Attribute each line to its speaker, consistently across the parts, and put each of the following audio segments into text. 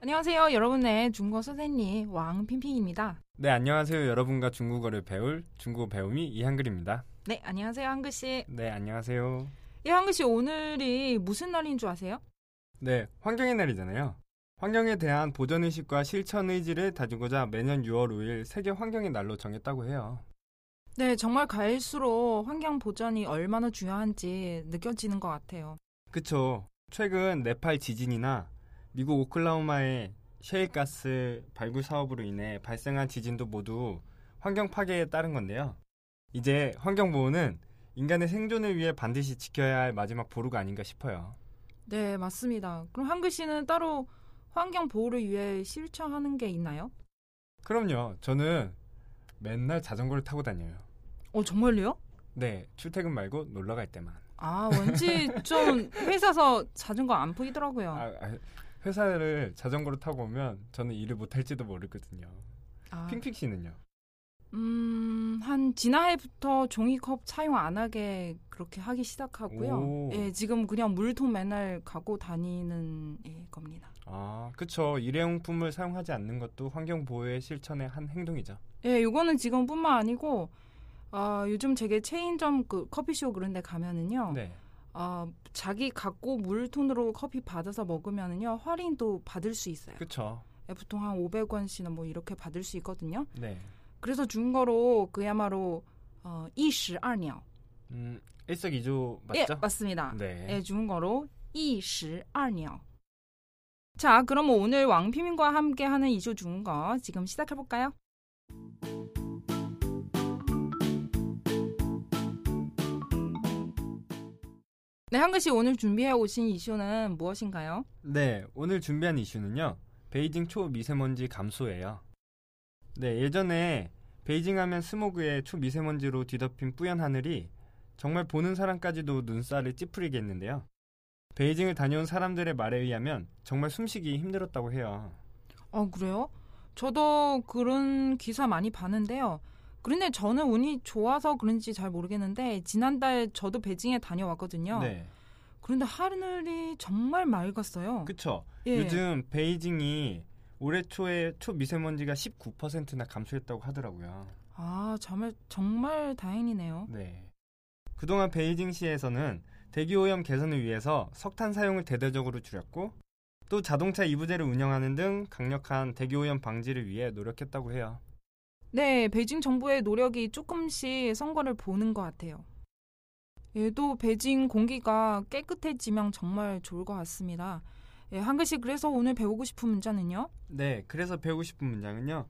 Speaker 1: 안녕하세요 여러분의 중국어 선생님 왕핑핑입니다.
Speaker 2: 네, 안녕하세요. 여러분과 중국어를 배울 중국어 배움이 이한글입니다.
Speaker 1: 네 안녕하세요 한글씨
Speaker 2: 네, 안녕하세요.
Speaker 1: 예 한글씨 오늘이 무슨 날인 줄 아세요?
Speaker 2: 네, 환경의 날이잖아요. 환경에 대한 보전의식과 실천 의지를 다지고자 매년 6월 5일 세계 환경의 날로 정했다고 해요.
Speaker 1: 네 정말 갈수록 환경 보전이 얼마나 중요한지 느껴지는 것 같아요.
Speaker 2: 그쵸. 최근 네팔 지진이나 미국 오클라호마의 셰일가스 발굴 사업으로 인해 발생한 지진도 모두 환경 파괴에 따른 건데요. 이제 환경보호는 인간의 생존을 위해 반드시 지켜야 할 마지막 보루가 아닌가 싶어요.
Speaker 1: 네, 맞습니다. 그럼 한글 씨는 따로 환경 보호를 위해 실천하는 게 있나요?
Speaker 2: 그럼요. 저는 맨날 자전거를 타고 다녀요.
Speaker 1: 어, 정말요?
Speaker 2: 네, 출퇴근 말고 놀러 갈 때만.
Speaker 1: 아, 왠지 좀 회사서 자전거 안 보이더라고요.
Speaker 2: 아, 아, 회사를 자전거로 타고 오면 저는 일을 못 할지도 모르거든요.
Speaker 1: 아,
Speaker 2: 핑픽 씨는요?
Speaker 1: 음, 한 지난해부터 종이컵 사용 안 하게 그렇게 하기 시작하고요.
Speaker 2: 오.
Speaker 1: 예, 지금 그냥 물통 맨날 갖고 다니는 예, 겁니다.
Speaker 2: 아, 그쵸. 일회용품을 사용하지 않는 것도 환경 보호의 실천의 한 행동이죠.
Speaker 1: 예, 요거는 지금뿐만 아니고 아, 요즘 제게 체인점 그 커피숍 그런 데 가면은요.
Speaker 2: 네.
Speaker 1: 아, 자기 갖고 물톤으로 커피 받아서 먹으면은요 할인도 받을 수 있어요.
Speaker 2: 그쵸.
Speaker 1: 예, 보통 한 500원씩이나 뭐 이렇게 받을 수 있거든요.
Speaker 2: 네.
Speaker 1: 그래서 중거로 그야말로 어, 一石二鸟.
Speaker 2: 음, 일석이조
Speaker 1: 예,
Speaker 2: 맞죠?
Speaker 1: 맞습니다.
Speaker 2: 네.
Speaker 1: 예, 중거로 一石二鸟. 자, 그럼 뭐 오늘 왕피민과 함께하는 이슈 중거 지금 시작해 볼까요? 네, 한글 씨 오늘 준비해 오신 이슈는 무엇인가요?
Speaker 2: 네, 오늘 준비한 이슈는요. 베이징 초미세먼지 감소예요. 네, 예전에 베이징 하면 스모그에 초미세먼지로 뒤덮인 뿌연 하늘이 정말 보는 사람까지도 눈살을 찌푸리게 했는데요. 베이징을 다녀온 사람들의 말에 의하면 정말 숨쉬기 힘들었다고 해요.
Speaker 1: 아, 그래요? 저도 그런 기사 많이 봤는데요. 그런데 저는 운이 좋아서 그런지 잘 모르겠는데 지난달 저도 베징에 다녀왔거든요.
Speaker 2: 네.
Speaker 1: 그런데 하늘이 정말 맑았어요.
Speaker 2: 그쵸.
Speaker 1: 예.
Speaker 2: 요즘 베이징이 올해 초에 초미세먼지가 19%나 감소했다고 하더라고요.
Speaker 1: 아, 정말 정말 다행이네요.
Speaker 2: 네. 그동안 베이징시에서는 대기오염 개선을 위해서 석탄 사용을 대대적으로 줄였고 또 자동차 이부제를 운영하는 등 강력한 대기오염 방지를 위해 노력했다고 해요.
Speaker 1: 네, 베이징 정부의 노력이 조금씩 성과를 보는 것 같아요. 예, 또 베이징 공기가 깨끗해지면 정말 좋을 것 같습니다. 예, 한글씨 그래서 오늘 배우고 싶은 문자는요?
Speaker 2: 네, 그래서 배우고 싶은 문장은요.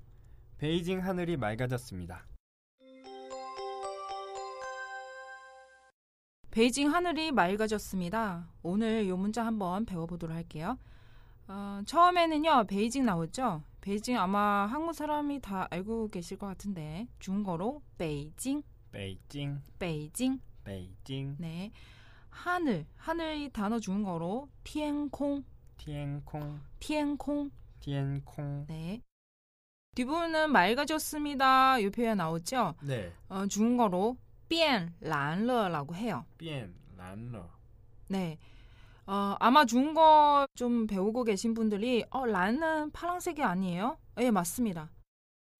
Speaker 2: 베이징 하늘이 맑아졌습니다.
Speaker 1: 베이징 하늘이 맑아졌습니다. 오늘 요 문자 한번 배워보도록 할게요. 어, 처음에는요, 베이징 나오죠? 베이징 아마 한국 사람이 다 알고 계실 것 같은데, 중국어로 베이징,
Speaker 2: 베이징,
Speaker 1: 베이징,
Speaker 2: 베이징,
Speaker 1: 네. 하늘, 하늘이 단어 중국어로 天空,
Speaker 2: 티엔콩,
Speaker 1: 天空,
Speaker 2: 티엔콩.
Speaker 1: 네. 뒷부분은 맑아졌습니다. 이 표현 나오죠?
Speaker 2: 네,
Speaker 1: 어, 중국어로 变蓝了라고 해요.
Speaker 2: 비엔 란러.
Speaker 1: 네. 어, 아마 중국어 좀 배우고 계신 분들이 어, 란은 파란색이 아니에요? 예, 맞습니다.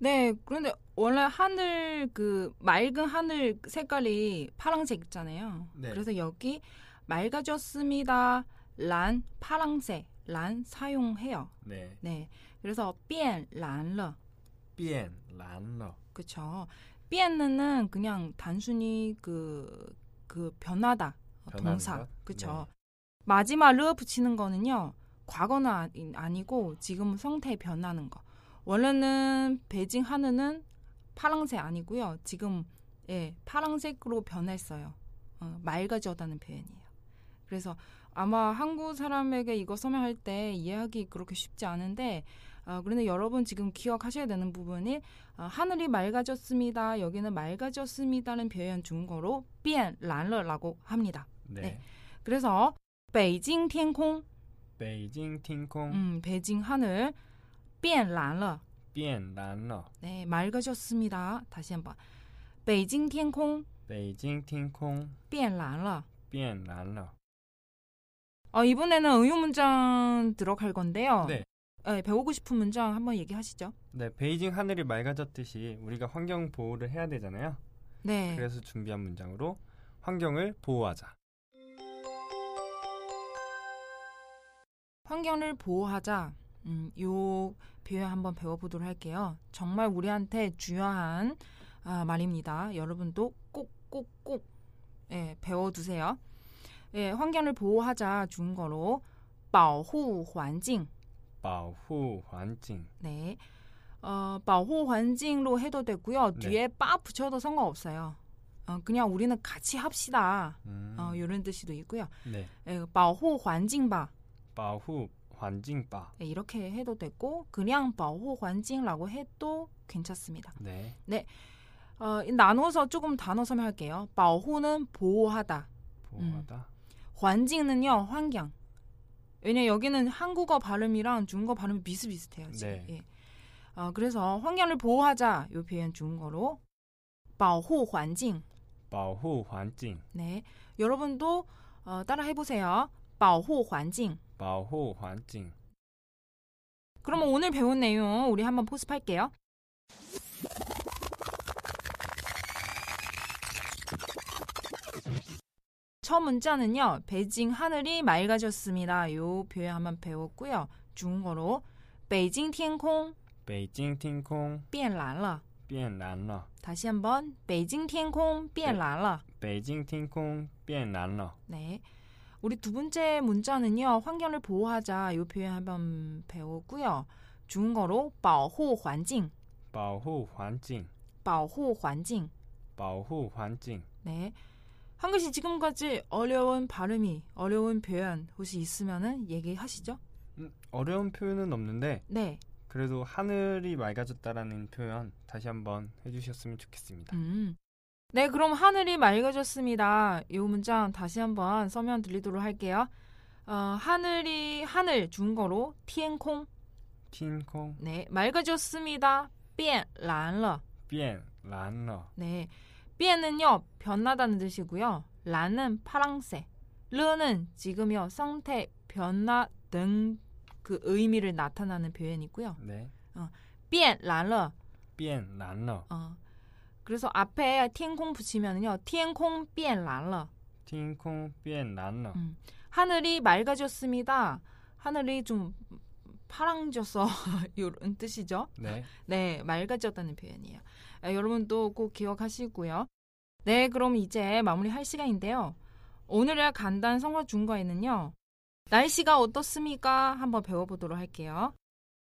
Speaker 1: 네, 그런데 원래 하늘 그 맑은 하늘 색깔이 파란색 있잖아요.
Speaker 2: 네.
Speaker 1: 그래서 여기 맑아졌습니다. 란 파란색 란 사용해요.
Speaker 2: 네,
Speaker 1: 네. 그래서 变蓝了.
Speaker 2: 비엔 란러.
Speaker 1: 그렇죠. 变는은 그냥 단순히 그, 그 변하다 어,
Speaker 2: 변하는
Speaker 1: 동사
Speaker 2: 것? 네.
Speaker 1: 그렇죠. 마지막 르 붙이는 거는요 과거는 아니- 아니고 지금 성태 변하는 거. 원래는 베징 하늘은 파란색 아니고요. 지금 예 파란색으로 변했어요. 어, 맑아졌다는 표현이에요. 그래서 아마 한국 사람에게 이거 설명할 때 이해하기 그렇게 쉽지 않은데 어, 그런데 여러분 지금 기억하셔야 되는 부분이 어, 하늘이 맑아졌습니다. 여기는 맑아졌습니다는 표현 중국어로 变蓝了라고 합니다.
Speaker 2: 네.
Speaker 1: 네. 그래서 베이징 天空
Speaker 2: 베이징 팅콩
Speaker 1: 음, 베이징 하늘 变蓝了
Speaker 2: 변란러.
Speaker 1: 네, 맑아졌습니다. 다시 한번 베이징 天空
Speaker 2: 베이징 팅콩
Speaker 1: 变蓝了
Speaker 2: 변란러.
Speaker 1: 어, 이번에는 응유 문장 들어갈 건데요.
Speaker 2: 네.
Speaker 1: 네, 배우고 싶은 문장 한번 얘기하시죠.
Speaker 2: 네, 베이징 하늘이 맑아졌듯이 우리가 환경 보호를 해야 되잖아요.
Speaker 1: 네.
Speaker 2: 그래서 준비한 문장으로 환경을 보호하자.
Speaker 1: 환경을 보호하자. 음, 요 표현 한번 배워보도록 할게요. 정말 우리한테 중요한 아, 말입니다. 여러분도 꼭꼭꼭 예, 배워두세요. 예, 환경을 보호하자 중국어로 保护 환경.
Speaker 2: 보호 환경.
Speaker 1: 네. 어, 保护 환경로 해도 되고요.
Speaker 2: 네.
Speaker 1: 뒤에 빠 붙여도 상관없어요. 어, 그냥 우리는 같이 합시다.
Speaker 2: 음,
Speaker 1: 어, 이런 뜻이도 있고요.
Speaker 2: 네.
Speaker 1: 예, 保护 환경吧.
Speaker 2: 보호 환경 바.
Speaker 1: 네, 이렇게 해도 되고 그냥 보호 환경이라고 해도 괜찮습니다.
Speaker 2: 네.
Speaker 1: 어, 이 나눠서 조금 단어 설명할게요. 보호는 보호하다.
Speaker 2: 보호하다.
Speaker 1: 음. 환경은요 환경. 왜냐 여기는 한국어 발음이랑 중국어 발음이 비슷비슷해요. 지금.
Speaker 2: 네.
Speaker 1: 예. 어, 그래서 환경을 보호하자 요 표현 중국어로 보호 환경.
Speaker 2: 보호 환경.
Speaker 1: 네. 여러분도 어, 따라 해보세요. 보호 환경.
Speaker 2: 보호 환경.
Speaker 1: 그러면 오늘 배운 내용 우리 한번 포습할게요. 첫 문자는요. 베이징 하늘이 맑아졌습니다. 요 표현 한번 배웠고요. 중국어로 베이징 天空
Speaker 2: 베이징 팅콩
Speaker 1: 变蓝了.
Speaker 2: 변란러.
Speaker 1: 다시 한번 베이징 天空变蓝了.
Speaker 2: 베이징 팅콩 변란러.
Speaker 1: 네. 우리 두 번째 문자는요. 환경을 보호하자 요 표현 한번 배웠고요. 중국어로 保护 환경,
Speaker 2: 보호 환경.
Speaker 1: 保护 환경.
Speaker 2: 보호 환경.
Speaker 1: 네. 한글씨 지금까지 어려운 발음이 어려운 표현 혹시 있으면은 얘기하시죠?
Speaker 2: 음, 어려운 표현은 없는데
Speaker 1: 네.
Speaker 2: 그래도 하늘이 맑아졌다라는 표현 다시 한번 해주셨으면 좋겠습니다.
Speaker 1: 음. 네, 그럼 하늘이 맑아졌습니다. 이 문장 다시 한번 서면 들리도록 할게요. 어, 하늘이 하늘 중국어로 天空.
Speaker 2: 틴콩
Speaker 1: 네, 맑아졌습니다. 变蓝了.
Speaker 2: 변 란러
Speaker 1: 네. 变은요 변하다는 뜻이고요. 蓝은 파랑색. 了는 지금요 상태 변화 등 그 의미를 나타나는 표현이고요.
Speaker 2: 네.
Speaker 1: 变蓝了.
Speaker 2: 변 란러
Speaker 1: 어. 그래서 앞에 天空 붙이면은요. 天空变蓝了.
Speaker 2: 틴콩 변 란러
Speaker 1: 음. 하늘이 맑아졌습니다. 하늘이 좀 파랑져서 이런 뜻이죠.
Speaker 2: 네.
Speaker 1: 네, 맑아졌다는 표현이에요. 아, 여러분도 꼭 기억하시고요. 네, 그럼 이제 마무리할 시간인데요. 오늘의 간단 성어 중과에는요. 날씨가 어떻습니까? 한번 배워보도록 할게요.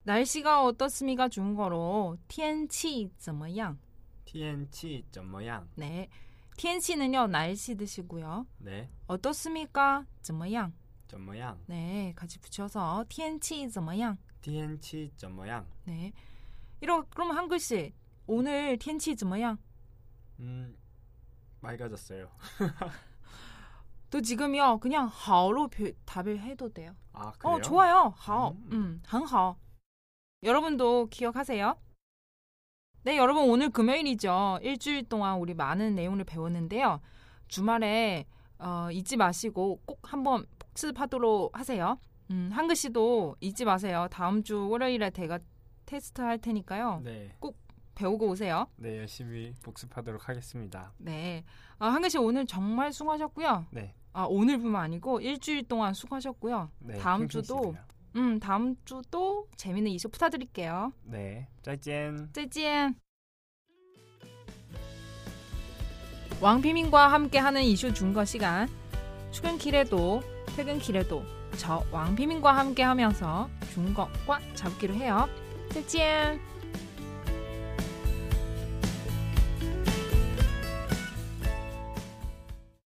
Speaker 1: 날씨가 어떻습니까? 중국어로 天气怎么样?
Speaker 2: 티엔치 점 모양.
Speaker 1: 네, 天气는요 날씨 드시고요.
Speaker 2: 네.
Speaker 1: 어떻습니까? 怎么样?
Speaker 2: 점 모양.
Speaker 1: 네, 같이 붙여서 天气怎么样?
Speaker 2: 티엔치 점 모양.
Speaker 1: 네, 이러 그럼 한 글씨 오늘 天气怎么样?
Speaker 2: 음. 맑아졌어요.
Speaker 1: 또 지금요 그냥 하오로 표- 답을 해도 돼요.
Speaker 2: 아, 그래요?
Speaker 1: 어 좋아요. 하오.
Speaker 2: 음.
Speaker 1: 음, 한하오. 여러분도 기억하세요. 네, 여러분 오늘 금요일이죠. 일주일 동안 우리 많은 내용을 배웠는데요. 주말에 어, 잊지 마시고 꼭 한번 복습하도록 하세요. 음, 한글 씨도 잊지 마세요. 다음 주 월요일에 제가 테스트 할 테니까요.
Speaker 2: 네.
Speaker 1: 배우고 오세요.
Speaker 2: 네, 열심히 복습하도록 하겠습니다.
Speaker 1: 네, 아, 한글 씨 오늘 정말 수고하셨고요.
Speaker 2: 네.
Speaker 1: 아, 오늘뿐만 아니고 일주일 동안 수고하셨고요.
Speaker 2: 네.
Speaker 1: 다음
Speaker 2: 핑핑
Speaker 1: 주도-
Speaker 2: 씨가요.
Speaker 1: 음, 다음 주도 재밌는 이슈 부탁드릴게요.
Speaker 2: 네.
Speaker 1: 음.
Speaker 2: 짜이젠.
Speaker 1: 再见. 왕피민과 함께하는 이슈 중거 시간. 출근길에도 퇴근길에도 저 왕피민과 함께하면서 중거과 잡기로 해요. 再见.